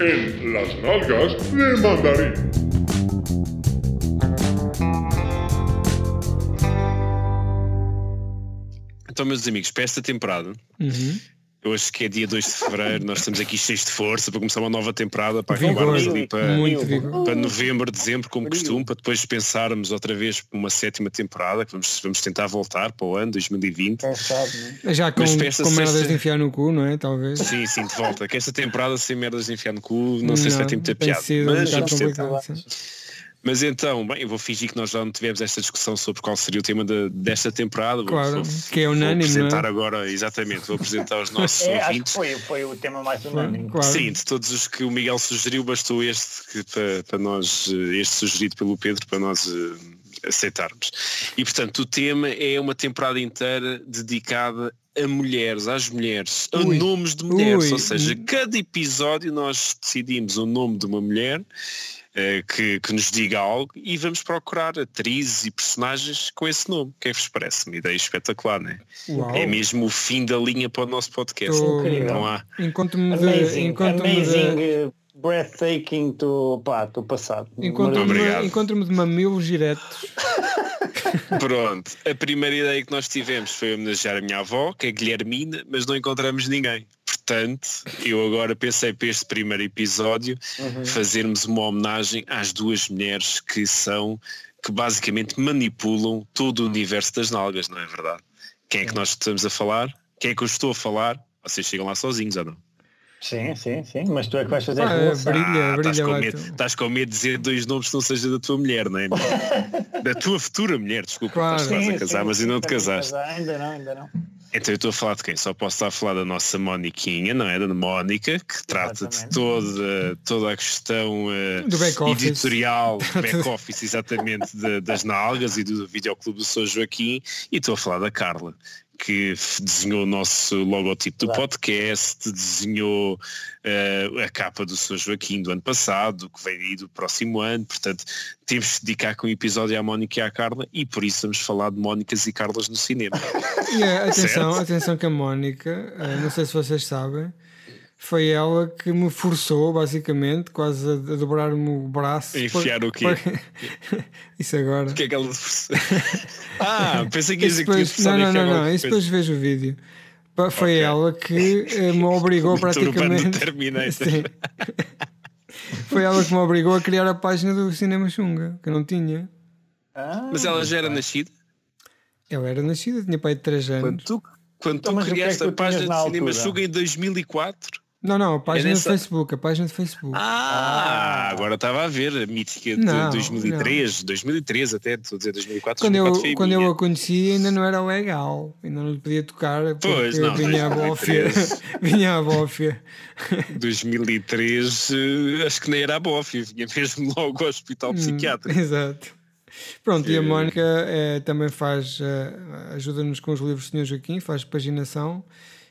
en las nalgas del mandarín. Então, meus amigos, para esta temporada, Uhum. hoje que é dia 2 de fevereiro, nós estamos aqui cheios de força para começar uma nova temporada, para acabarmos Vigor. ali para, Muito vigor. para novembro, dezembro, como costume, para depois pensarmos outra vez para uma sétima temporada, que vamos, vamos tentar voltar para o ano 2020. Quem sabe, né? Já com, Mas pensa com se merdas esta- de enfiar no cu, não é? Talvez. Sim, sim, de volta. Que esta temporada sem merdas de enfiar no cu, não, sei se vai ter muita tem piada. sido um Mas bocado vamos tentar. complicado, sim. Mas então, bem, eu vou fingir que nós já não tivemos esta discussão sobre qual seria o tema da- desta temporada. Vou- Claro, vou, que é unânime, Vou não é? apresentar agora, exatamente, vou apresentar aos nossos É, acho que ouvintes. foi, foi o tema mais unânime. Claro. Sim, de todos os que o Miguel sugeriu, bastou este que, para, para nós, eh, este sugerido pelo Pedro, para nós eh, aceitarmos. E portanto, o tema é uma temporada inteira dedicada a mulheres, às mulheres, a Ui. nomes de mulheres. Ui. Ou seja, cada episódio nós decidimos o nome de uma mulher. eh, Que, que nos diga algo e vamos procurar atrizes e personagens com esse nome. O que é que vos parece? Uma ideia espetacular, não é? Uau. É mesmo o fim da linha para o nosso podcast. Tô- Não há, Encontro-me de. Amazing, Encontro-me amazing, de. eh, breathtaking do, pá, do passado. Encontro-me Muito de, obrigado. encontro de mamilos diretos. Pronto, a primeira ideia que nós tivemos foi homenagear a minha avó, que é Guilhermina, mas não encontramos ninguém. Portanto, eu agora pensei para este primeiro episódio Uhum. fazermos uma homenagem às duas mulheres que são, que basicamente manipulam todo o universo das nalgas, não é verdade? Quem é que nós estamos a falar? Quem é que eu estou a falar? Vocês chegam lá sozinhos ou não? Sim, sim, sim. Mas tu é que vais fazer Pá, revolução. brilha, Ah, estás brilha com, lá. medo, tu. estás com medo de dizer dois nomes que não seja da tua mulher, não é? da tua futura mulher, desculpa, Claro. estás quase a casar, mas ainda não te estás a casaste. casar, Ainda não, ainda não. Então eu estou a falar de quem? Só posso estar a falar da nossa Moniquinha, não é? Da Mónica, que trata de Exatamente. toda, toda a questão eh, Do back-office. editorial, back-office exatamente da- das Nalgas e do videoclube do São Joaquim. E estou a falar da Carla, que f- desenhou o nosso logotipo do Claro. podcast, desenhou eh, a capa do São Joaquim do ano passado, que vem aí do próximo ano. Portanto, temos que dedicar com um episódio à Mónica e à Carla e por isso vamos falar de Mónicas e Carlas no cinema. E a- atenção, Certo. atenção que a Mónica, eh, não sei se vocês sabem, foi ela que me forçou, basicamente, quase a a dobrar-me o braço. A enfiar o quê? Isso agora. O que é que ela Ah, pensei que ia Isso dizer que tinha depois- expressão não, não, que não, agora não, isso depois- depois vejo o vídeo. Pa- Foi Ok. ela que eh, me O obrigou turbante do praticamente. Terminator. Sim. Foi ela que me obrigou a criar a página do Cinema Xunga, que eu não tinha. Ah, Mas ela já era nascida. Eu era nascida, tinha pai de 3 anos. Quando tu, quando tu Então, mas o que é que criaste tu a página tinhas na de Cinema altura? Suga em 2004. Não, não, a página nessa- do Facebook, a página do Facebook. Ah, agora estava a ver a mítica de Não, 2003, 2003 até, estou a dizer 2004, quando 2004 foi eu, a quando minha. eu a conheci ainda não era legal, ainda não lhe podia tocar porque Pois, não, vinha a 2003. bófia. vinha a bófia. 2003 eh, acho que nem era a BOF, eu vinha mesmo logo ao Hum. hospital psiquiátrico. Exato. Pronto, e a Mónica eh, também faz, eh, ajuda-nos com os livros do Sr. Joaquim, faz paginação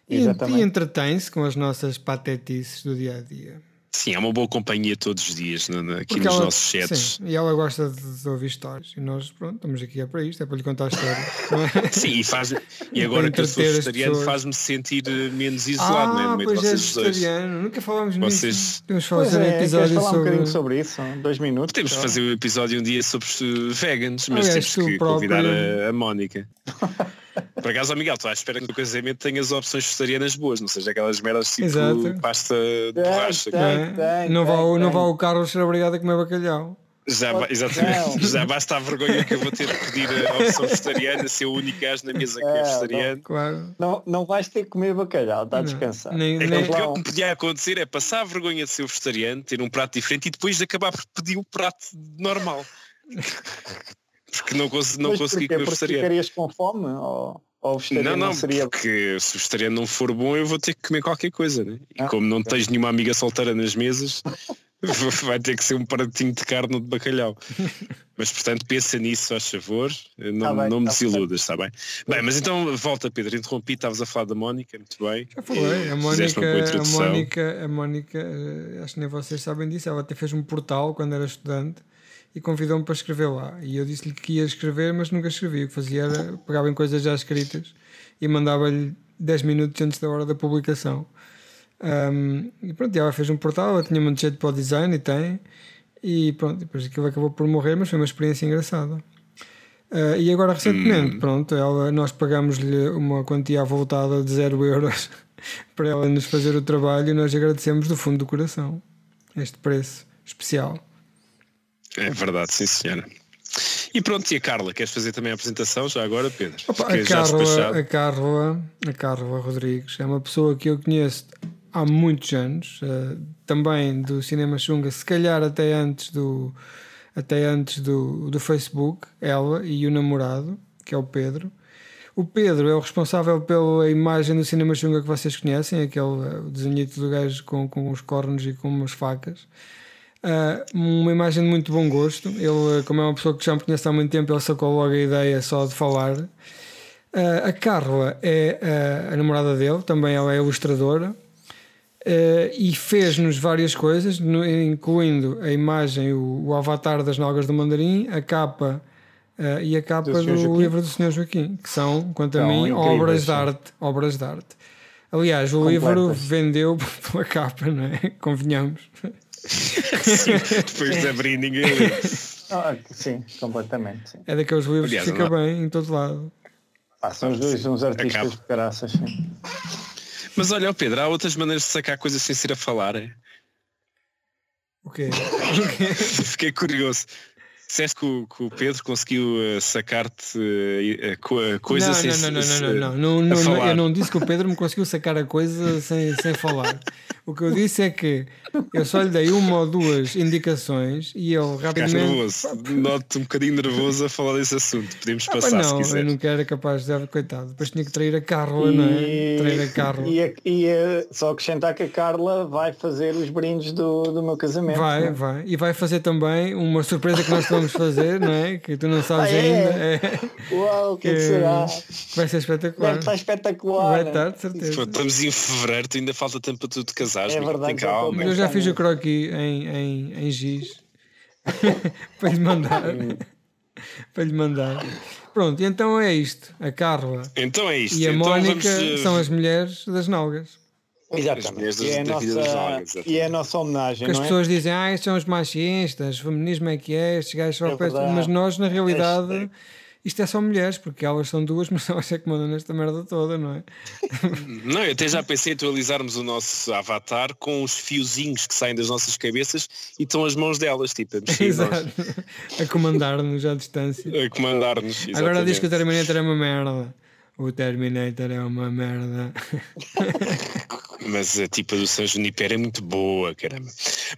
e, Exatamente. e entretém-se com as nossas patetices do dia a dia. Sim, é uma boa companhia todos os dias na- na- aqui Porque nos ela- nossos chats. Sim, e ela gosta de, de ouvir histórias. E nós, pronto, estamos aqui é para isto, é para lhe contar histórias. não é? Sim, e, faz, e Para agora que eu sou entreter as vegetariano pessoas. faz-me sentir eh, menos isolado, não é? ah, No meio de pois é, vocês dois. vegetariano. Nunca falámos Vocês- nisso. Temos de Pois fazer um é, queres episódio falar um sobre. bocadinho sobre isso? Dois minutos? Temos de só? fazer um episódio um dia sobre eh, vegans, mas Tá. Aliás, temos tu que próprio- convidar a, a Mónica. Por acaso, ó Miguel, estou à espera que no casamento tenhas opções vegetarianas boas, não seja aquelas meras tipo Exato. pasta de borracha. tem. É, não, tem, vá, o- não tem. vá o Carlos ser obrigado a comer bacalhau. Já, ba- exatamente, já basta a vergonha que eu vou ter de pedir a opção vegetariana, ser o único gajo na mesa que é É, vegetariano. Claro. Não, não vais ter que comer bacalhau, está a Não, descansar. nem- É que nem- o que- o que podia acontecer é passar a vergonha de ser vegetariano, ter um prato diferente e depois acabar por pedir um prato normal. Porque não, cons- não Mas consegui porquê? comer Porque vegetariano. ficarias com fome? Ou, ou vegetariano Não, não, não, seria... porque se o vegetariano não for bom eu vou ter que comer qualquer coisa, né? E Ah, como não tens nenhuma amiga solteira nas mesas, vai ter que ser um pratinho de carne ou de bacalhau. Mas portanto pensa nisso, faz favor, não, Tá bem, não me tá certo. desiludas, está bem? Bem, mas então volta Pedro, interrompi, estavas a falar da Mónica, muito bem. Já falei, a Fizeste Mónica, uma boa a introdução. Mónica, a Mónica, eh, acho que nem vocês sabem disso, ela até fez um portal quando era estudante e convidou-me para escrever lá. E eu disse-lhe que ia escrever, mas nunca escrevia. O que fazia era pegava em coisas já escritas e mandava-lhe 10 minutos antes da hora da publicação. Um, e pronto, e ela fez um portal, ela tinha muito jeito para o design e tem. E pronto, depois aquilo acabou por morrer, mas foi uma experiência engraçada. Ah, e agora recentemente, pronto, ela, nós pagámos-lhe uma quantia à voltada de 0 euros para ela nos fazer o trabalho e nós agradecemos do fundo do coração este preço especial. É verdade, sim senhora. E pronto, e a Carla, queres fazer também a apresentação já agora, Pedro? Opa, Fiquei a, já Carla, despachado. a, Carla, a Carla Rodrigues é uma pessoa que eu conheço há muitos anos, eh, também do Cinema Xunga, se calhar até antes do, até antes do, do Facebook, ela e o namorado, que é o Pedro. O Pedro é o responsável pela imagem do Cinema Xunga que vocês conhecem, aquele eh, o desenhito do gajo com, com os cornos e com umas facas. Ah, uma imagem de muito bom gosto. Ele, como é uma pessoa que já me conhece há muito tempo, ele sacou logo a ideia só de falar. Ah, a Carla é ah, a namorada dele, também ela é ilustradora eh, e fez-nos várias coisas, no- incluindo a imagem, o, o avatar das Nalgas do Mandarim, a capa eh, e a capa Do do, Sr. Joaquim. livro do Sr. Joaquim, que são, quanto a São mim, incríveis, obras de sim. arte. Obras de arte. Aliás, o Completas. livro vendeu pela capa, não é? Convenhamos. Depois de abrir ninguém lê. Ah, sim, completamente. Sim. É daqueles livros Aliás, que fica não bem em todo lado. Pá, são os dois uns artistas Acaba. de caraças. Sim. Mas olha, ó Pedro, há outras maneiras de sacar coisas sem ser a falar. é? O quê? Fiquei curioso. Disseste que o, que o Pedro conseguiu eh, sacar-te eh, eh, co- eh, coisas sem não, não, se- não, não, se- não, não, não, a não, não, falar. Eu não disse que o Pedro me conseguiu sacar a coisa sem, sem falar. O que eu disse é que eu só lhe dei uma ou duas indicações e ele Ficaste rapidamente. nervoso. Noto-te um bocadinho nervoso a falar desse assunto. Podemos Ah, pá, passar se não, quiser. eu nunca era capaz de dar, coitado. Depois tinha que trair a Carla, não é? Trair a Carla. e a- e a- só acrescentar que a Carla vai fazer os brindes do, do meu casamento. Vai, né? vai. E vai fazer também uma surpresa que nós te vamos fazer, não é? Que tu não sabes Ah, é? ainda. É. Uau, o que, é que Que será? Vai ser espetacular. Deve estar espetacular. Vai né? estar, de Pô, certeza. estamos em fevereiro, tu ainda falta tempo para tu te casares. É Miguel, verdade, Tem já calma. estou Eu já fiz o croquis em, em, em giz para lhe mandar. para lhe mandar. Pronto, e então é isto. A Carla Então é isto. e a então Mónica eh, são as mulheres das nalgas. As mulheres das- Exatamente. E é, a da vida das nossa, drogas, e é a nossa homenagem, Que as não é? pessoas dizem, ah, estes são os machistas, o feminismo é que é, estes gajos só É prestam. verdade. Mas nós, na realidade, Hashtag. isto é só mulheres, porque elas são duas, mas elas é que mandam nesta merda toda, não é? Não, eu até já pensei em atualizarmos o nosso avatar com os fiozinhos que saem das nossas cabeças e estão as mãos delas, tipo, a mexer nós, Exato. A comandar-nos à distância. a comandar-nos. Agora diz exatamente. que o Terminator é uma merda. O Terminator é uma merda. Mas a tipa do San Juniper é muito boa, caramba.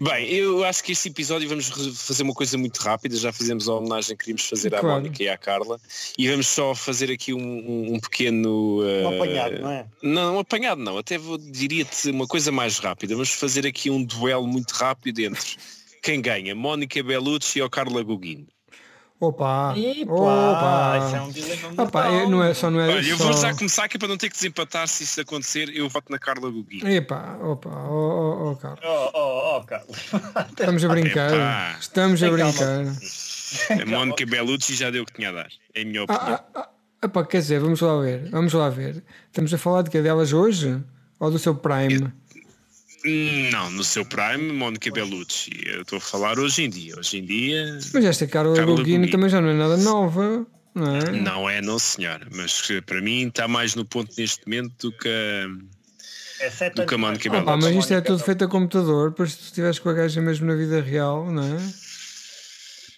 Bem, eu acho que este episódio vamos re- fazer uma coisa muito rápida, já fizemos a homenagem que queríamos fazer à Claro. Mónica e à Carla e vamos só fazer aqui um, um- um pequeno... Um eh, apanhado, não é? Não, um apanhado não, até vou- diria-te uma coisa mais rápida, vamos fazer aqui um duelo muito rápido entre quem ganha, Mónica Bellucci ou Carla Gugino. Opa! Epá, isso é Opa! um dilema Opa, mortal. eu não é, só não é Olha, eu só... vou já começar aqui para não ter que desempatar se isso acontecer, eu voto na Carla Gugino. Epá, opa, oh, oh, oh, Carlos. Oh, oh, oh, Carlos. Estamos a brincar. Epá. Estamos a Tem calma. brincar. A Mónica Bellucci já deu o que tinha a dar, é a minha opinião. É Ah, ah, ah, epá, quer dizer, vamos lá ver. Vamos lá ver. Estamos a falar de que delas hoje? Ou do seu Prime? Não, no seu prime, Mónica Bellucci. Eu estou a falar hoje em dia. Hoje em dia Mas esta Carla Carla Gugino Gugino. também já não é nada nova, não é? não é, não senhora. Mas que, para mim está mais no ponto neste momento do que a- É do que a Mónica Ah, pá, mas Bellucci. isto é tudo feito a computador, pois se tu estiveres com a gaja mesmo na vida real, não é?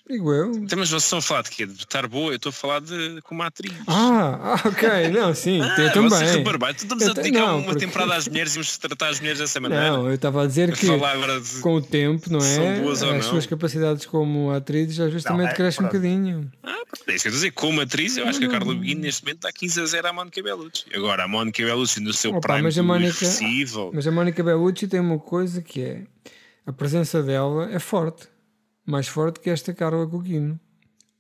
Digo eu. Então, mas vocês estão a falar de quê? De estar boa? Eu estou a falar de como atriz. Ah, ah, ok, não, sim, eu Ah, também. Você reparou, bem, então estamos Eu a te- dedicar não, uma porque- temporada às mulheres e vamos tratar as mulheres dessa maneira. Não, eu estava a dizer que falar agora de... com o tempo, não é? São boas ou As não? suas capacidades como atrizes às vezes Não, também é, decrescem um pronto. bocadinho. Ah, é isso que eu estou a dizer. Como atriz, eu acho que a Carla Begui neste momento está 15 a 0 à Mónica Bellucci. Agora, a Mónica Bellucci no seu Opa, prime mas a do Mónica- irreversível. Mas a Mónica Bellucci tem uma coisa que é a presença dela é forte, mais forte que esta Carla Gugino.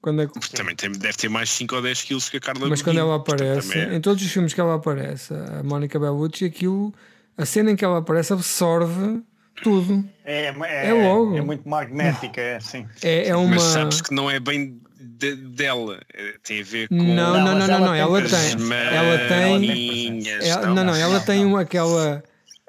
Quando é- Também tem- deve ter mais 5 ou 10 quilos que a Carla mas quando Gugino. ela aparece, também é. em todos os filmes que ela aparece, a Mónica Bellucci, aquilo, a cena em que ela aparece absorve tudo. É, é, É logo. é muito magnética, é assim. É, é uma. Mas sabes que não é bem de- dela. Eh, Tem a ver com. Não, não, não, Não, mas não, ela não, tem ela presença. tem. é, Ela tem. maninhas, Ela- não, não, ela tem uma, aquela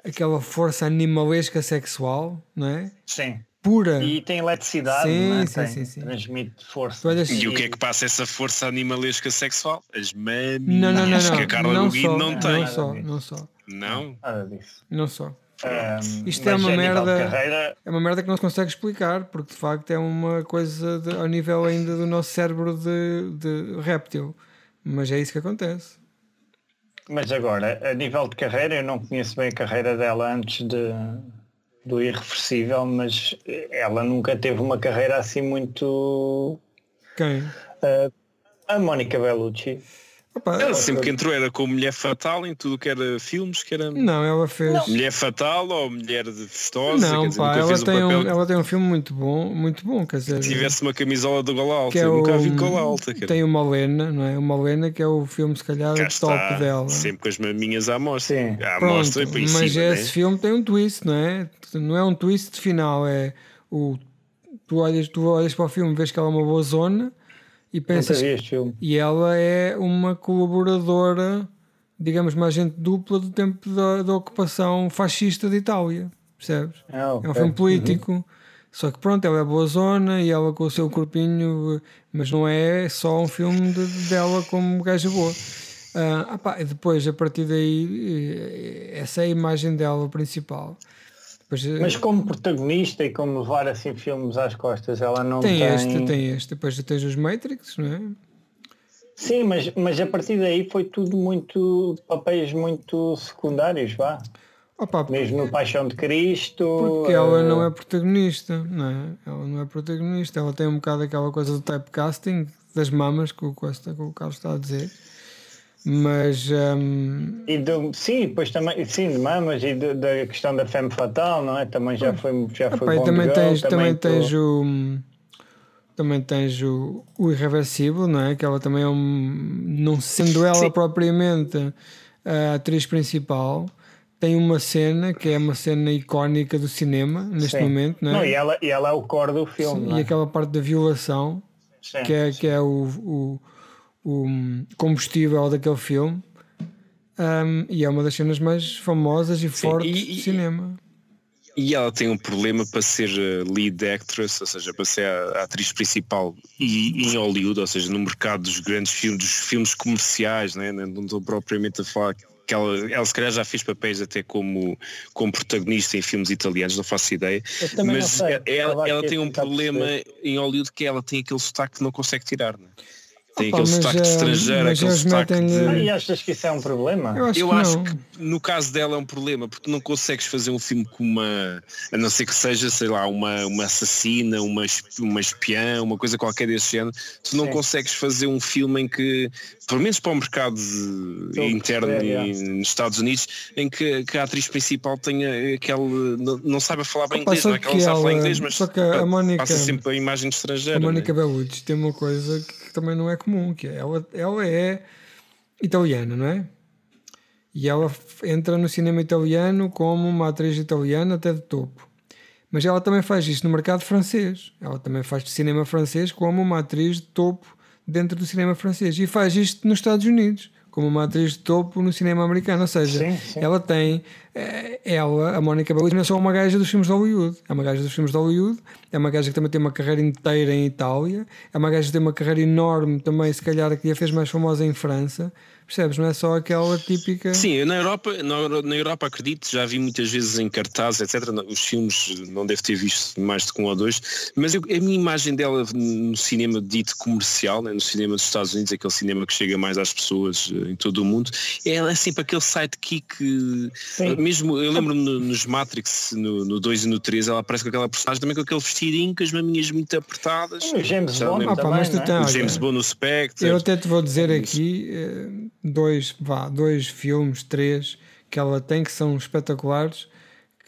aquela força animalesca sexual, não é? Sim. Pura. E tem eletricidade, É. Sim, não é? sim, Tem- sim, sim. transmite força. Tu olhas- E o que é que passa essa força animalesca sexual? As maminhas Não, não, não, não. que a Carla não, Gugino só, não Não tem. só, não só, Não? Nada disso. não só. Ahm, Isto é mas uma a nível de merda. Carreira, É uma merda que não se consegue explicar, porque de facto é uma coisa de- ao nível ainda do nosso cérebro de, de réptil. Mas é isso que acontece. mas agora, a nível de carreira, eu não conheço bem a carreira dela antes de, do Irreversível, mas ela nunca teve uma carreira assim muito... Quem? ah, a Mónica Bellucci. Opa, Ela sempre que entrou era com Mulher Fatal em tudo que era filmes, que era não, ela fez. Mulher Fatal ou Mulher de Festosa. quer Não, dizer, pá, nunca ela fez um tem, papel um, que ela tem um filme muito bom, muito bom, quer dizer. tivesse uma camisola do gola alta. que é eu nunca a vi o- de gola alta. cara. Tem o Malena, não é? O Malena que é o filme, se calhar, Cá o top está, dela. Sempre com as maminhas à mostra. Sim. À Pronto, mostra e para em mas cima, esse né? filme tem um twist, não é? Não é um twist de final, é o tu olhas, tu olhas para o filme, vês que ela é uma boa zona e Nunca pensas vi este filme. e ela é uma colaboradora, digamos, uma agente dupla do tempo da, da ocupação fascista de Itália, percebes? Ah, É um ok. Uhum. filme político. Só que pronto, ela é boa zona e ela com o seu corpinho, mas não é só um filme de- de- dela como gaja boa. Ah, ah pá, e depois, a partir daí, eh, essa é a imagem dela principal. Depois, eh, Mas como protagonista e como levar assim filmes às costas, ela não tem, tem. este, tem este. Depois tens os Matrix, não é? Sim, mas, mas a partir daí foi tudo muito papéis muito secundários, vá. Ah pá, Mesmo no Paixão de Cristo. porque ela eh, não é protagonista, não é? Ela não é protagonista. Ela tem um bocado aquela coisa do typecasting, das mamas, que o, Costa, que o Carlos está a dizer. Mas. ah, eh, E do, sim, depois também, sim, de mamas e do- da questão da femme fatal, não é? Também já foi, já foi Pá, e Bond Ah. também Girl, tens, também tu- tens o também tens o, o irreversível, não é? Que ela também é um, não sendo ela propriamente a atriz principal, tem uma cena que é uma cena icónica do cinema neste sim. momento, não é? e, ela, e ela é o core do filme, não E é? aquela parte da violação Sim. que é, que é o, o, o combustível daquele filme. Ahm, e é uma das cenas mais famosas e fortes e- do e- cinema. E ela tem um problema para ser eh, lead actress, ou seja, para ser a, a atriz principal e, em Hollywood, ou seja, no mercado dos grandes filmes, dos filmes comerciais, né? não não estou propriamente a falar que ela, ela se calhar já fez papéis até como, como protagonista em filmes italianos, não faço ideia. Eu também não Mas sei, ela, estava ela aqui a tem um tentar problema perceber. em Hollywood que ela tem aquele sotaque que não consegue tirar, né? Tem Opa, aquele mas, sotaque de eh, estrangeiro, mas aquele eles sotaque metem-lhe- de Ah, e achas que isso é um problema? Eu acho eu que acho não. que no caso dela é um problema, porque não consegues fazer um filme com uma, a não ser que seja, sei lá, uma, uma assassina, uma, es- uma espiã, uma coisa qualquer desse género, tu não Sim. consegues fazer um filme em que, pelo menos para o mercado de- Estou a interno perceber, e- nos Estados Unidos, em que, que a atriz principal tenha aquele. não, não saiba falar bem Opa, inglês, só não é que ela que não sabe falar ela- inglês, mas só que a pa- Mónica- passa sempre a imagem de estrangeira. A não é? Mónica Bellucci tem uma coisa que também não é comum, que é ela, ela é italiana, não é? E ela f- entra no cinema italiano como uma atriz italiana até de topo. Mas ela também faz isto no mercado francês. Ela também faz cinema francês como uma atriz de topo dentro do cinema francês. E faz isto nos Estados Unidos, como uma atriz de topo no cinema americano. Ou seja, Sim, sim. ela tem. eh, Ela, a Mónica Bellucci, não é só uma gaja dos filmes de Hollywood. É uma gaja dos filmes de Hollywood. É uma gaja que também tem uma carreira inteira em Itália. É uma gaja que tem uma carreira enorme também, se calhar, que a fez mais famosa em França. Percebes? Não é só aquela típica. Sim, eu na Europa, na, Euro- na Europa acredito, já vi muitas vezes em cartaz, etc. Não- Os filmes não devo ter visto mais de que um ou dois, mas eu- a minha imagem dela no cinema dito comercial, né, no cinema dos Estados Unidos, aquele cinema que chega mais às pessoas eh, em todo o mundo, ela é sempre aquele sidekick. eh, Sim. Mesmo, eu lembro-me no- nos Matrix, no no 2 e no 3, ela aparece com aquela personagem também com aquele vestidinho, com as maminhas muito apertadas. O James Já Bond lembro. Ah, pá, também, mas tu não é? tens- O olha, James Bond no Spectre. Eu até te vou dizer aqui eh, dois, vá, dois filmes, três, que ela tem que são espetaculares,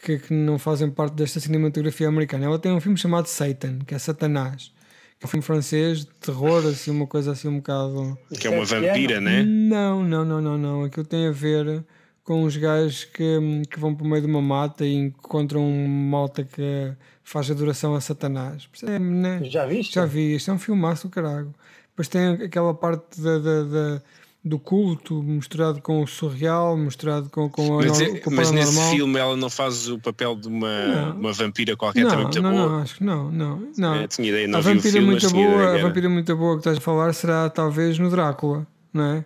que, que não fazem parte desta cinematografia americana. Ela tem um filme chamado Satan, que é Satanás, que é um filme francês de terror, assim, uma coisa assim um bocado. Que é uma Isso é vampira, né? Não, não, não, não, não. Aquilo tem a ver com os gajos que, que vão para o meio de uma mata e encontram um malta que faz adoração a Satanás. Percebe? Né? Já viste? Já vi, isto é um filmaço do caralho. Depois tem aquela parte da, da, da, do culto, misturado com o surreal, misturado com, com a Mas, nor- é- com o mas nesse paranormal. filme ela não faz o papel de uma, Não. uma vampira qualquer também não, muito não, boa. não, acho que não, não, não. É, tinha ideia, não a vi o vampira filme, mas muito tinha ideia. boa, que a era. vampira muito boa que estás a falar será talvez no Drácula, não é?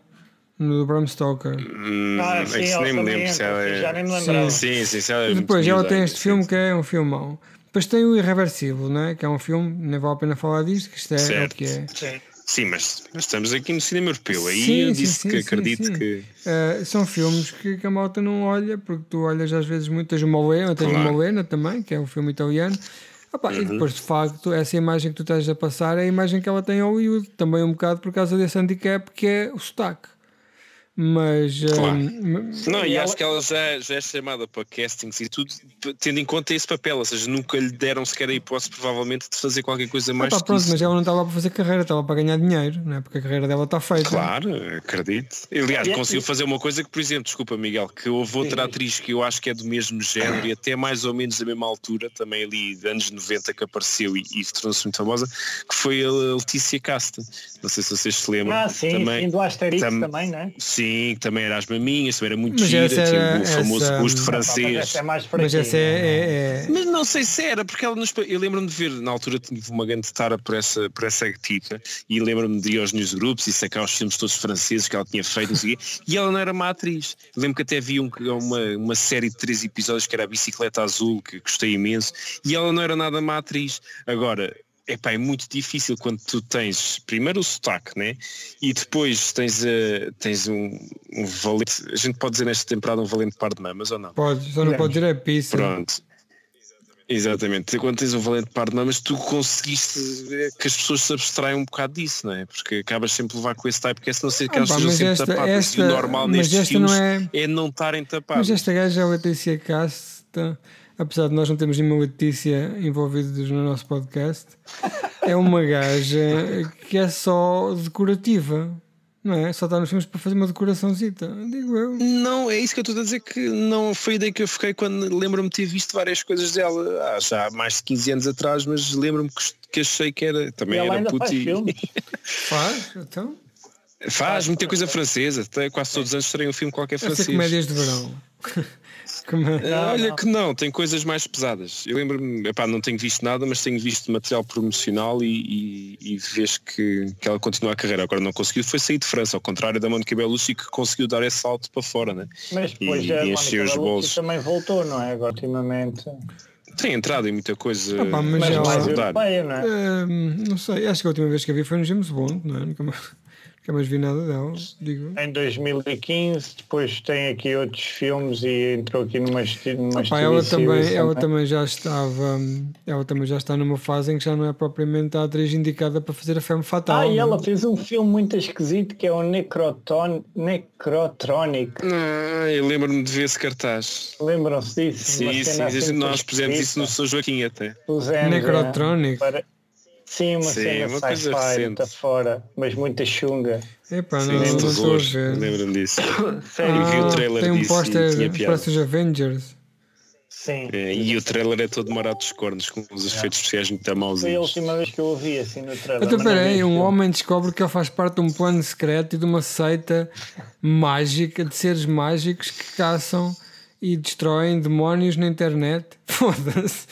No Bram Stoker. Hum, é Ah, que sim, se ela nem me também lembro se ela entra, já nem é. me lembrava. Sim, sim, se ela é E muito depois ela tem miúda, este sim, filme sim. que é um filmão. Depois tem o Irreversível, não é? Que é um filme, nem vale a pena falar disto, que isto é Certo. o que é. Sim. Sim, mas, mas estamos aqui no cinema europeu. Aí Sim, eu sim, disse sim, que sim, acredito sim. que. Uh, são filmes que, que a malta não olha, porque tu olhas às vezes muito. Tens o Malena, tens Claro. Uhum. o Malena também, que é um filme italiano. Ah pá, E depois, de facto, essa imagem que tu estás a passar é a imagem que ela tem ao Hollywood, também um bocado por causa desse handicap que é o sotaque. Mas. Claro. um, mas- Não, e ela- acho que ela já, já é chamada para castings e tudo, p- tendo em conta esse papel, ou seja, nunca lhe deram sequer a hipótese provavelmente de fazer qualquer coisa Ah, mais pá, do que pronto, isso. mas ela não estava para fazer carreira, estava para ganhar dinheiro, não é? Porque a carreira dela está feita. Claro, acredito. Aliás, É, E- conseguiu fazer uma coisa que, por exemplo, desculpa Miguel, que houve outra atriz que eu acho que é do mesmo género e até mais ou menos da mesma altura, também ali de anos 90 que apareceu e, e tornou-se muito famosa, que foi a Letícia Casta. Não sei se vocês se lembram. Ah, sim, também, sim, do Asterix tam- também, não é? Sim, que também era as maminhas, também era muito Mas gira, essa era- tinha o famoso essa- busto Ah, Pá, mas francês. essa é mais Mas essa é, fraquinha. é- é- Mas não sei se era, porque ela nos. Eu lembro-me de ver, na altura tive uma grande tara por essa, por essa tipo, e lembro-me de ir aos newsgroups e sacar os filmes todos franceses que ela tinha feito, não sei o quê, e ela não era uma atriz. Lembro que até vi um- uma, uma série de três episódios que era a Bicicleta Azul, que gostei imenso, e ela não era nada má atriz. Agora. Epá, é muito difícil quando tu tens primeiro o sotaque, né? E depois tens, eh, tens um, um valente. A gente pode dizer nesta temporada um valente par de mamas ou não? Pode, só não Não. pode dizer é pizza. Pronto. Exatamente. Quando tens um valente par de mamas, tu conseguiste eh, que as pessoas se abstraem um bocado disso, não é? Porque acabas sempre a levar com esse typecast, não ser que Ah, elas pá, sejam mas sempre esta- tapadas. e esta- o normal mas nestes esta não filmes é- é... não estarem tapados. Mas é esta gaja, a Letícia Casta, apesar de nós não termos nenhuma Letícia envolvidos no nosso podcast, é uma gaja que é só decorativa, não é? Só está nos filmes para fazer uma decoraçãozita, digo eu. Não, é isso que eu estou a dizer que não foi daí que eu fiquei quando lembro-me de ter visto várias coisas dela há já há mais de 15 anos atrás, mas lembro-me que, que achei que era E também ela era um ainda faz puto e- filmes. Faz, então. Faz muita coisa francesa, até quase todos os anos terem um filme qualquer Deve ser francês. comédias de verão. é? Comé- Ah, Olha não. que não, tem coisas mais pesadas. Eu lembro-me, epá, não tenho visto nada, mas tenho visto material promocional e, e, e vês que, que ela continua a carreira. Agora não conseguiu, foi sair de França, ao contrário da Mónica Bellucci que conseguiu dar esse salto para fora, né? Mas depois E- a e Mónica encheu os Bellucci bolsos. também voltou, não é? Agora ultimamente. Tem entrado em muita coisa. Epá, Ah, mas Mas já a mais lá- abordar. europeia, não é? Hum, não sei, acho que a última vez que a vi foi no James Bond, não é? Nunca mais, nunca mais vi nada dela, digo eu. em 2015, depois tem aqui outros filmes e entrou aqui numa assim, Ah, pá, ela também, é? ela também já estava, hum, ela também já está numa fase em que já não é propriamente a atriz indicada para fazer a femme fatal. Ah, e não é? ela fez um filme muito esquisito que é o Necroton... Necrotronic. Ah, eu lembro-me de ver esse cartaz. Lembram-se disso? Uma Sim, cena sim, assim nós pusemos isso no esquisita. São Joaquim até. Pusemos, Necrotronic? é, para- Sim, uma Sim, cena uma coisa sci-fi, recente. está fora, mas muita chunga. Epá, é. Sim, não, não muito estou a horror. ver. Lembro-me disso. Sério? Eu vi o Ah, trailer tem um disso e tinha póster piada. para os Avengers. Sim. É, E o trailer é todo morado dos cornos, com os efeitos sociais muito É. Foi a mauzinhos. última vez que eu ouvi assim no trailer. Então, mas não é vi peraí, o um filme. homem descobre que ele faz parte de um plano secreto e de uma seita mágica de seres mágicos que caçam e destroem demónios na internet. Foda-se.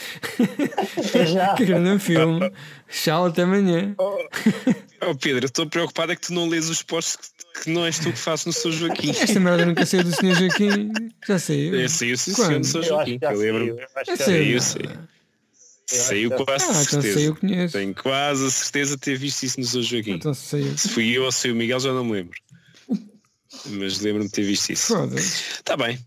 Já. que grande filme. Tchau, até amanhã. Oh Pedro, eu estou preocupado é que tu não lês os posts que, que não és tu que fazes no São Joaquim. Esta merda nunca saiu do Sr. Joaquim. Já saiu. É, saiu sim, Quando? senhor, no São Eu acho Joaquim. que já Eu saiu. lembro. eu acho que já É sério? saiu. Saiu, saiu. Saiu que- quase Ah, então saiu, certeza. conheço. Tenho quase a certeza de ter visto isso no São Joaquim. Então saiu. Se fui eu ou se foi o Miguel já não me lembro. Mas lembro-me de ter visto isso. Foda-se. Está bem.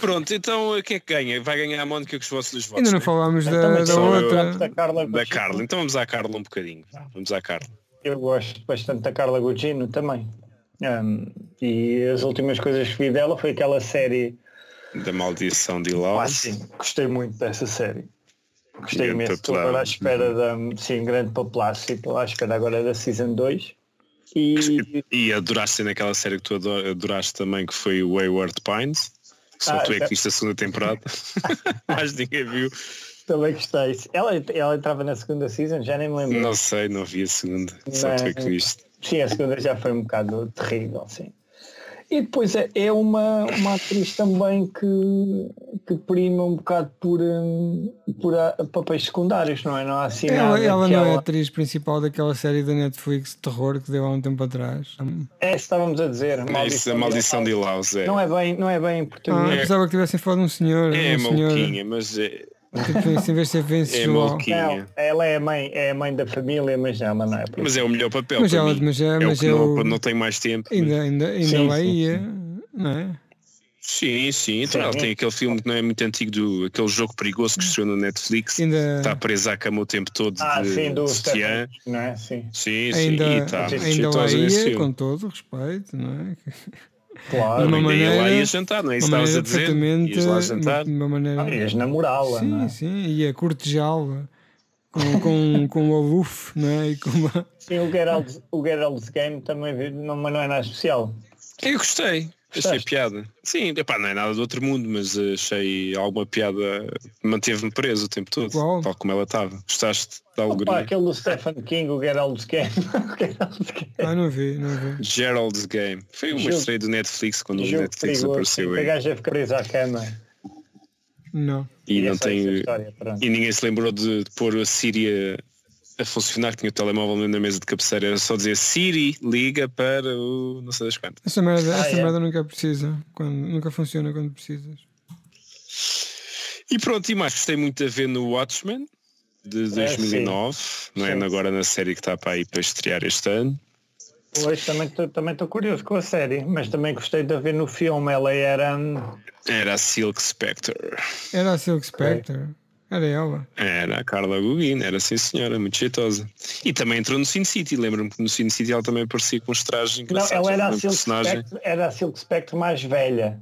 Pronto, então o que é que ganha? Vai ganhar a Mónica com os vossos dos votos. Ainda não né? falámos da, Também da sou eu. outra. Da Da Carla Gugino. Carla. Então vamos à Carla um bocadinho. vá. Vamos à Carla. Eu gosto bastante da Carla Gugino também. Ahm, e as últimas coisas que vi dela foi aquela série. Da maldição de Pá, Ilaus. sim, gostei muito dessa série. Gostei Grande imenso. Estou papelão. agora à espera da. Sim, grande papelácio. Estou à espera agora da Season 2. E. E adoraste naquela série que tu ado- adoraste também, que foi o Wayward Pines. Só Ah, tu é já- que viste a segunda temporada. Mas ninguém viu. Também gostei. Ela, ela entrava na segunda season, já nem me lembro. Não sei, não vi a segunda. Só tu é que Mas- viste. Sim, a segunda já foi um bocado terrível, sim. E depois é, é uma, uma atriz também que, que prima um bocado por, hum, por a- papéis secundários, não é? Não há assim Ela, nada ela que não é a ela- atriz principal daquela série da Netflix de terror que deu há um tempo atrás. É, estávamos a dizer. É isso, a maldição de Ilaus. É, Não é bem, não é bem em Ah, português. pensava que tivessem falado de um senhor. é, um senhor maluquinha, mas é, tipo, em vez de ser Vince é João. Não, maluquinha. ela é a mãe, é a mãe da família, mas ela não é. por Mas é o melhor papel. Mas para ela- mim. mas é- o mas que é não, o- não tem mais tempo. Ainda, é. ainda, ainda Sim, lá sim, ia, não é? Sim, sim. Então Sim. ela tem aquele filme que não é muito antigo, do, aquele jogo perigoso que estreou no Netflix. Ainda, é. Está presa à cama o tempo todo Ah, de sim, do de Stephen, sutiã. não é? Sim, Sim, sim. ainda, e tá. está ainda lá jeitosa nesse ia, filme. com todo o respeito, não é? claro. Uma Ainda ia lá maneira- ia jantar, não é Uma isso que estavas maneira a dizer? Ias lá jantar. é. Uma, uma maneira. Ah, Ias namorá-la, não sim, é? sim, ia cortejá-la com, com, com o aluf, não é? E com uma- Sim, o Geralt's, o Geralt's Game também vi- não, mas não é nada especial. Eu gostei. Achei Gostaste? piada. Sim, epá, não é nada do outro mundo, mas achei alguma piada. Manteve-me preso o tempo todo, Qual? tal como ela estava. Gostaste da Opa, alegoria? aquele do Stephen King, o Geralt's Game. o Geralt's Game. Ah, não vi, não vi. Gerald's Game. Foi uma Jogo- estreia do Netflix quando o Jogo Netflix perigoso. apareceu A aí. gaja fica à cama. Não. E, não essa é a tem, história, pronto. e ninguém se lembrou de, de pôr a Síria a funcionar, tinha o telemóvel na mesa de cabeceira, era só dizer Siri, liga para o não sei das quantas. Essa merda, Ah, essa é? merda nunca precisa, quando, nunca funciona quando precisas. E pronto, e mais gostei muito a ver no Watchmen de 2009, não é? Ah, Sim. Agora na série que está para aí para estrear este ano. Hoje também estou também tô curioso com a série, mas também gostei de a ver no filme. Ela era. hum, Era a Silk Spectre. Era a Silk Spectre. Era ela. Era a Carla Gugin, era sim senhora, muito jeitosa. E também entrou no Sin City, lembro-me que no Sin City ela também aparecia com os trajes Não, engraçados. ela era a, uma Silk um personagem. Spectre, era a Silk Spectre mais velha.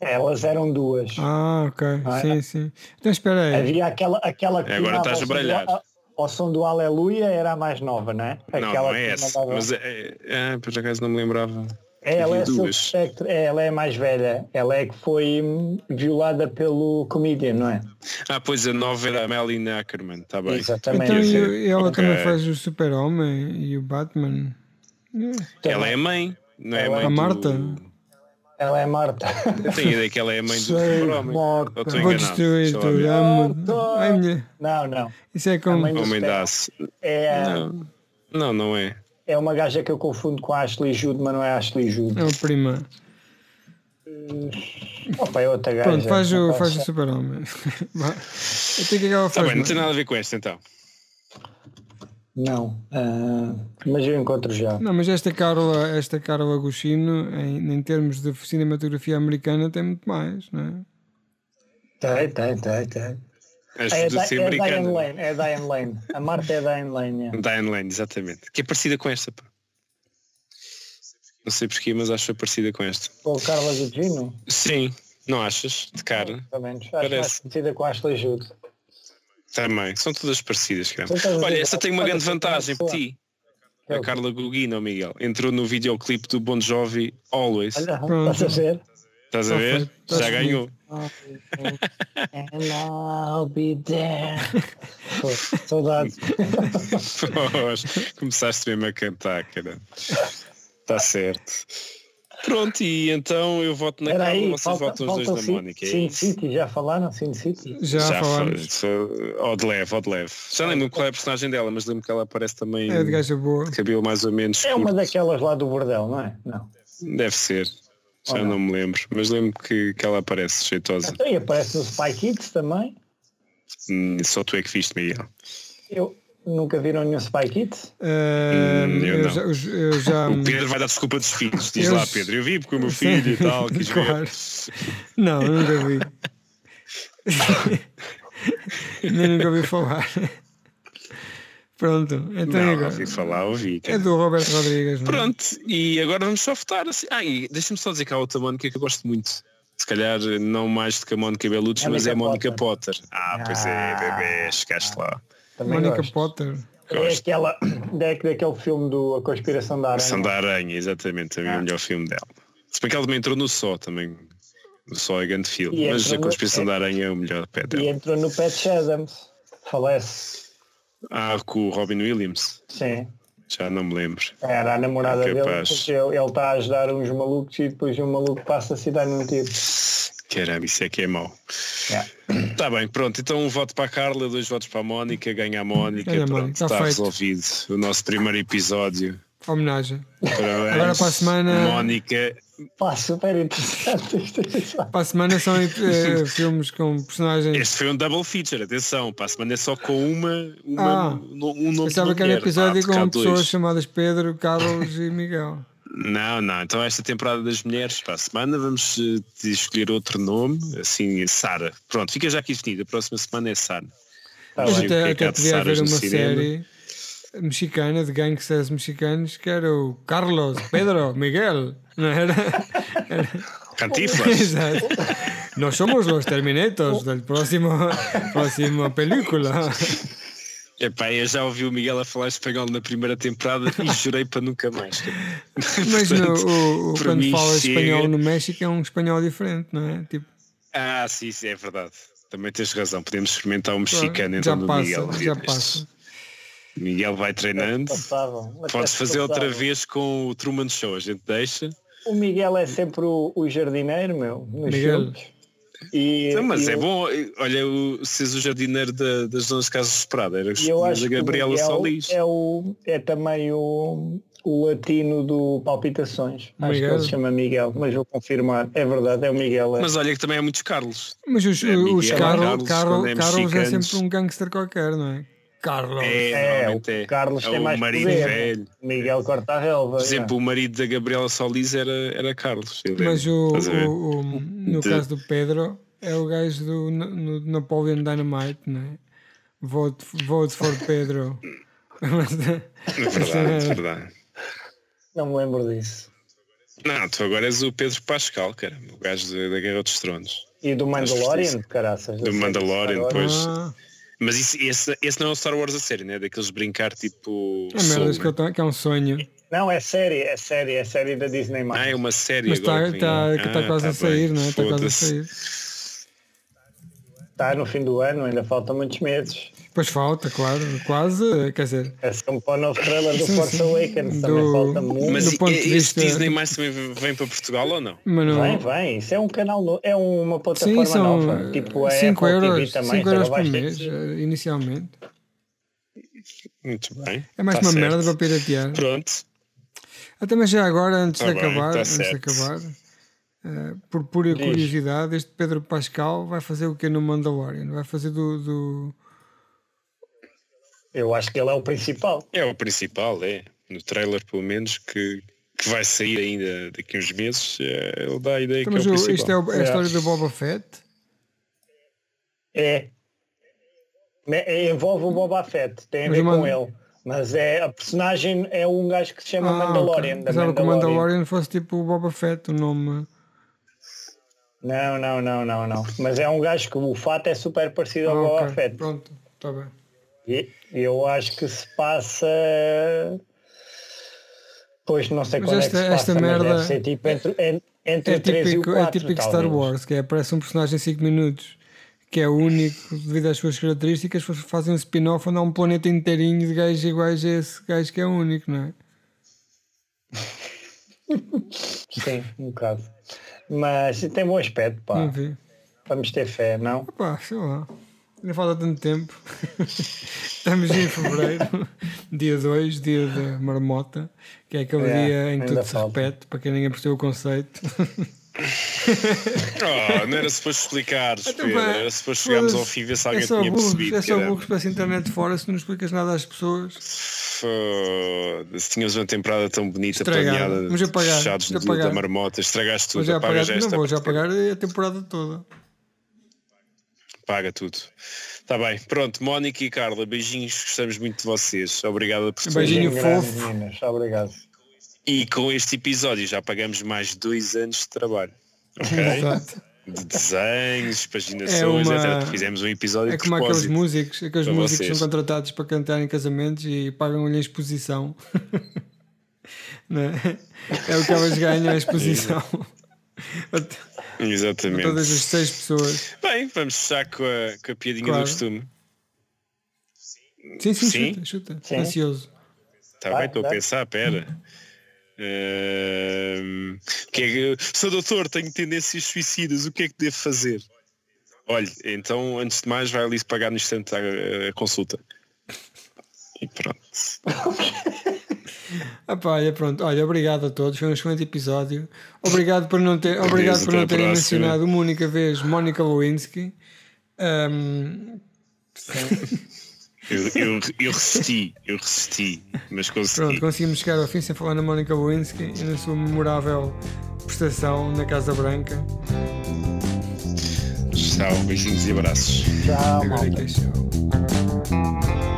Elas eram duas. Ah, ok. Ah, sim, sim. Então espera aí. Havia aquela, aquela que É, agora mandava estás a ao som do- brilhar. Ao som do Aleluia era a mais nova, não é? não, Aquela não é que essa. mandava- Mas é, é, ah, por acaso não me lembrava. Ela é Havia a Silk duas. Spectre, é, ela é a mais velha. Ela é que foi hum, violada pelo comedian, não é? Ah, pois a nova era a Melanie Ackerman, está bem. Exatamente. Então Ia e ser. o- ela Ok. também faz o Super-Homem e o Batman. Ela é mãe, não é Ela mãe é- A do- Marta? Ela é Marta. Eu tenho ideia que ela é mãe do Sei, super-homem. Marta. Ou estou Vou enganado, destruir sei lá. tudo. Marta! Ai, minha- Não, não. Isso é A como. mãe do Homem Spectre. da aço. É, Não, não, não é. é uma gaja que eu confundo com a Ashley Jude, mas não é a Ashley Jude. É o prima. Opa, é outra gaja. Pronto, faz o, Não faz o posso- super-homem. Vá. Até que é que ela Está faz. Tá bem, não tem mais? nada a ver com esta então. Não, ah, mas eu encontro já. Não, mas esta Carla, esta Carla Agostino, em, em termos de cinematografia americana, tem muito mais, não é? Tem, tem, tem, tem. Acho É, a que Di- de ser é a Diane americana. Lane, é a Diane Lane. A Marta é a Diane Lane. é. Diane Lane, exatamente. Que é parecida com esta, pá. Não sei porquê, mas acho que é parecida com esta. Ou a Carla Gugino, Sim, não achas? De cara? pelo menos. Acho mais Parece. conhecida com a Ashley Jude. Também. São todas parecidas, cara. São todas Olha, iguais. essa tem uma grande Olha, vantagem para pessoa. ti. É o A quê? Carla Gugino, Miguel, entrou no videoclipe do Bon Jovi Always. Olha, Pronto. estás a ver? Estás a Só ver? foi. Estás Já ganhou. And I'll be there. Pô, Saudades. Pois, Começaste mesmo a cantar, cara. Está certo. Pronto, e então eu voto na Espera Carla, aí, vocês falta, votam os falta dois o na Sin- Mónica. é Sin isso? City, já falaram Sin City? Já, Já falámos. foi. foi- Ó de leve, ó de leve. Já nem lembro qual é a personagem dela, mas lembro que ela aparece também É de gaja boa. de cabelo mais ou menos É uma curto. daquelas lá do bordel, não é? Não. Deve ser. Já Ou não? não. me lembro, mas lembro que, que ela aparece jeitosa. Então, e aparece no Spy Kids também? Hum, Só tu é que viste, Miguel. Eu nunca viram nenhum Spy Kids? Ah, Hum, eu eu, não. já, eu já- eu já- O Pedro vai dar desculpa dos filhos. Diz Hum. Eu- lá, Pedro. Eu vi porque o meu filho e tal. Quis Claro. ver. Não, nunca vi. Nem nunca ouvi falar. Pronto, então e Não, agora. ouvi falar, ouvi. É cara. do Roberto Rodrigues, não é? Pronto, e agora vamos só votar. Assim. Ah, e deixa-me só dizer que há outra Mónica que eu gosto muito. Se calhar não mais do que a Mónica Bellucci, Mónica mas é a Mónica Potter. Ah, pois é, Ah. bebê, chegaste lá. Também Mónica gosto. Potter. É Gosto. aquela, da, daquele filme do A Conspiração da São Aranha. da Aranha, exatamente, também é Ah. o melhor filme dela. Se bem que ela também entrou no Só também. O Só é grande filme, E mas entrou a no- Conspiração é- da Aranha é o melhor pé E dela. entrou no Pat Adams. Falece. Ah, com o Robin Williams. Sim. Já não me lembro. Era a namorada É dele, capaz. porque ele ele está a ajudar uns malucos e depois um maluco passa-se e dá-lhe um tiro. Caramba, isso é que é mau. Yeah. Está bem, pronto. Então um voto para a Carla, dois votos para a Mónica, ganha a Mónica. Ganha a pronto, Mónica, está tá feito. resolvido o nosso primeiro episódio. Homenagem. Parabéns. Agora para a semana- Mónica, Pá, super interessante é este episódio. Para a semana são eh, filmes com personagens. este foi um double feature, atenção. Para a semana é só com uma, uma Ah, no- um nome Pensava de que era mulher. episódio Ah, cá com dois. pessoas chamadas Pedro, Carlos e Miguel. Não, não. Então esta temporada das mulheres para a semana vamos eh, escolher outro nome, assim, Sara. Pronto, fica já aqui definida. A próxima semana é Sara. Tá Mas Sim, o que é até, que há até de podia haver Saras no uma cinema? série mexicana de gangsters mexicanos que era o Carlos, Pedro, Miguel. Não era? Era- Cantiflas. Exato. Nós somos os Terminators da próxima, próxima película. Epá, eu já ouvi o Miguel a falar espanhol na primeira temporada e jurei para nunca mais. Mas no- Portanto, o- o- para quando mim fala chega. espanhol no México é um espanhol diferente, não é? Tipo, Ah, sim, sim, é verdade. Também tens razão. Podemos experimentar um mexicano já então do passa, Miguel. já passa. Miguel vai treinando. Passavam. Até Podes se fazer outra passavam. vez com o Truman Show, a gente deixa. O Miguel é sempre o, o jardineiro, meu, nos Miguel. filmes. E, Então, mas e é eu- bom, olha, o César o jardineiro da- das zonas casas de esperada, era E eu acho a que o Gabriela Miguel Solis. É, o, é também o, o latino do Palpitações. Acho que Miguel. ele se chama Miguel, mas vou confirmar. É verdade, é o Miguel. é. Mas olha que também há muitos Carlos. Mas os, É, Miguel, os Carlos, Carlos, quando é Carlos, Carlos é mexicanos. sempre um gangster qualquer, não é? Carlos. É, é, normalmente é. o Carlos É tem o mais marido poder. né? velho. é Miguel corta a relva. é. Por exemplo, o marido da Gabriela Solis era, era Carlos. eu lembro. Mas o, Estás a ver? o- o- no De- caso do Pedro é o gajo do Na- no, Napoleon Dynamite, não é? Vote, vote for Pedro. É verdade, é verdade. é. não me lembro disso. Não, tu agora és o Pedro Pascal, cara, o gajo da, da Guerra dos Tronos. E do Mandalorian, justiça. caraças. Do Mandalorian, pois. ah, Mas isso- esse, esse não é o Star Wars a série, né? Daqueles brincar tipo. é Soul, merdas que, né? eu tenho- que é um sonho. Não, é série, é série, é série da Disney+. Ah, é uma série Mas agora. está que tá, vem. que tá Ah, quase a tá sair, bem. não é? Está quase a Foda-se. sair. Está Tá no fim do ano, ainda faltam muitos meses. Pois falta, claro. Quase, quer dizer, É sempre para o novo trailer do Sim, Force sim. Awakens, Do- também falta muito. Mas Do e- ponto de e- este vista- Disney mais também vem para Portugal ou não? mas não. Vem, vem, isso é um canal novo, é uma plataforma Sim, são nova, tipo a 5 Apple euros, TV também, cinco agora euros por vais ter mês, que- eh, inicialmente. Muito bem. É mais tá uma certo. merda para piratear. Pronto. Até mas Ah, já agora, antes Tá de bem, acabar, tá antes de certo. acabar eh, por pura Diz. curiosidade, este Pedro Pascal vai fazer o que no Mandalorian? Vai fazer do. do... Eu acho que ele é o principal. É o principal, é. No trailer, pelo menos, que, que vai sair ainda daqui a uns meses, é, ele dá a ideia Então, que é o mas o- principal. isto é, o- é a É. história do Boba Fett? É. Me- é- Envolve o Boba Fett, tem a Mas ver o com Mand- ele. Mas é, a personagem é um gajo que se chama Mandalorian, Ah, ok. da Pensava que o Mandalorian. Mandalorian fosse tipo o Boba Fett, o nome. Não, não, não, não, não. Mas é um gajo que o fato é super parecido Ah, ao ok. Boba Fett. Pronto, está bem. E eu acho que se passa. Pois não sei Mas quando esta- é que se passa, esta mas merda deve ser tipo entre, en- entre É o 3 típico, e o é 4, típico Star talvez. Wars, que é, aparece um personagem em 5 minutos que é único devido às suas características, fa- fazem um spin-off onde há um planeta inteirinho de gajos iguais a esse gajo que é único, não é? Sim, um bocado. Mas tem bom aspecto, pá. Não vi. Vamos ter fé, não? Pá, sei lá. Ainda falta tanto tempo. Estamos em fevereiro, dia 2, dia da marmota, que é aquele É, dia em que tudo ainda se falta. repete, para quem ninguém percebeu o conceito. Oh, não era suposto explicares, Então, Pedro. pá, Era suposto chegarmos ao foda-se. fim e ver se É alguém só tinha burros, percebido. é só caramba. burros para essa internet fora se não explicas nada às pessoas. Foda-se, tínhamos uma temporada tão bonita, Estragada. planeada, Vamos apagar, fechados vamos do- da apagar. marmota, estragaste Vou tudo, já apaga apagar, já não esta vou já parte. apagar a temporada toda. Paga tudo. Está bem, pronto, Mónica e Carla, beijinhos, gostamos muito de vocês. Obrigado por tudo. Beijinho grande, fofo. meninas. Obrigado. E com este episódio já pagamos mais dois anos de trabalho. Ok? Exato. de desenhos, É paginações, uma- etc. Fizemos um episódio É de como aqueles propósito. músicos, aqueles Para músicos que vocês. são contratados para cantar em casamentos e pagam-lhe a exposição. Não é? É o que elas ganham a exposição. A Exatamente. todas as seis pessoas. Bem, vamos fechar com a, com a piadinha Claro. do costume. Sim, sim, Sim. chuta, chuta. Sim. Ansioso. Está Vai, Tá bem, estou a vai. pensar, pera. Ahm, o que é que, Sr. Doutor, tenho tendências suicidas, o que é que devo fazer? Olha, então antes de mais vai ali pagar no instante a, a consulta. E pronto. Ah, pá, olha, pronto, olha, obrigado a todos, foi um excelente episódio. Obrigado por não, ter, obrigado Adeus, por até não à terem próxima. mencionado uma única vez Mónica Lewinsky. Ahm, Eu, eu, eu resisti, eu resisti, mas consegui. pronto, conseguimos chegar ao fim sem falar na Mónica Lewinsky e na sua memorável prestação na Casa Branca. Tchau, beijinhos e abraços. Tchau, Agora é malta. que é show.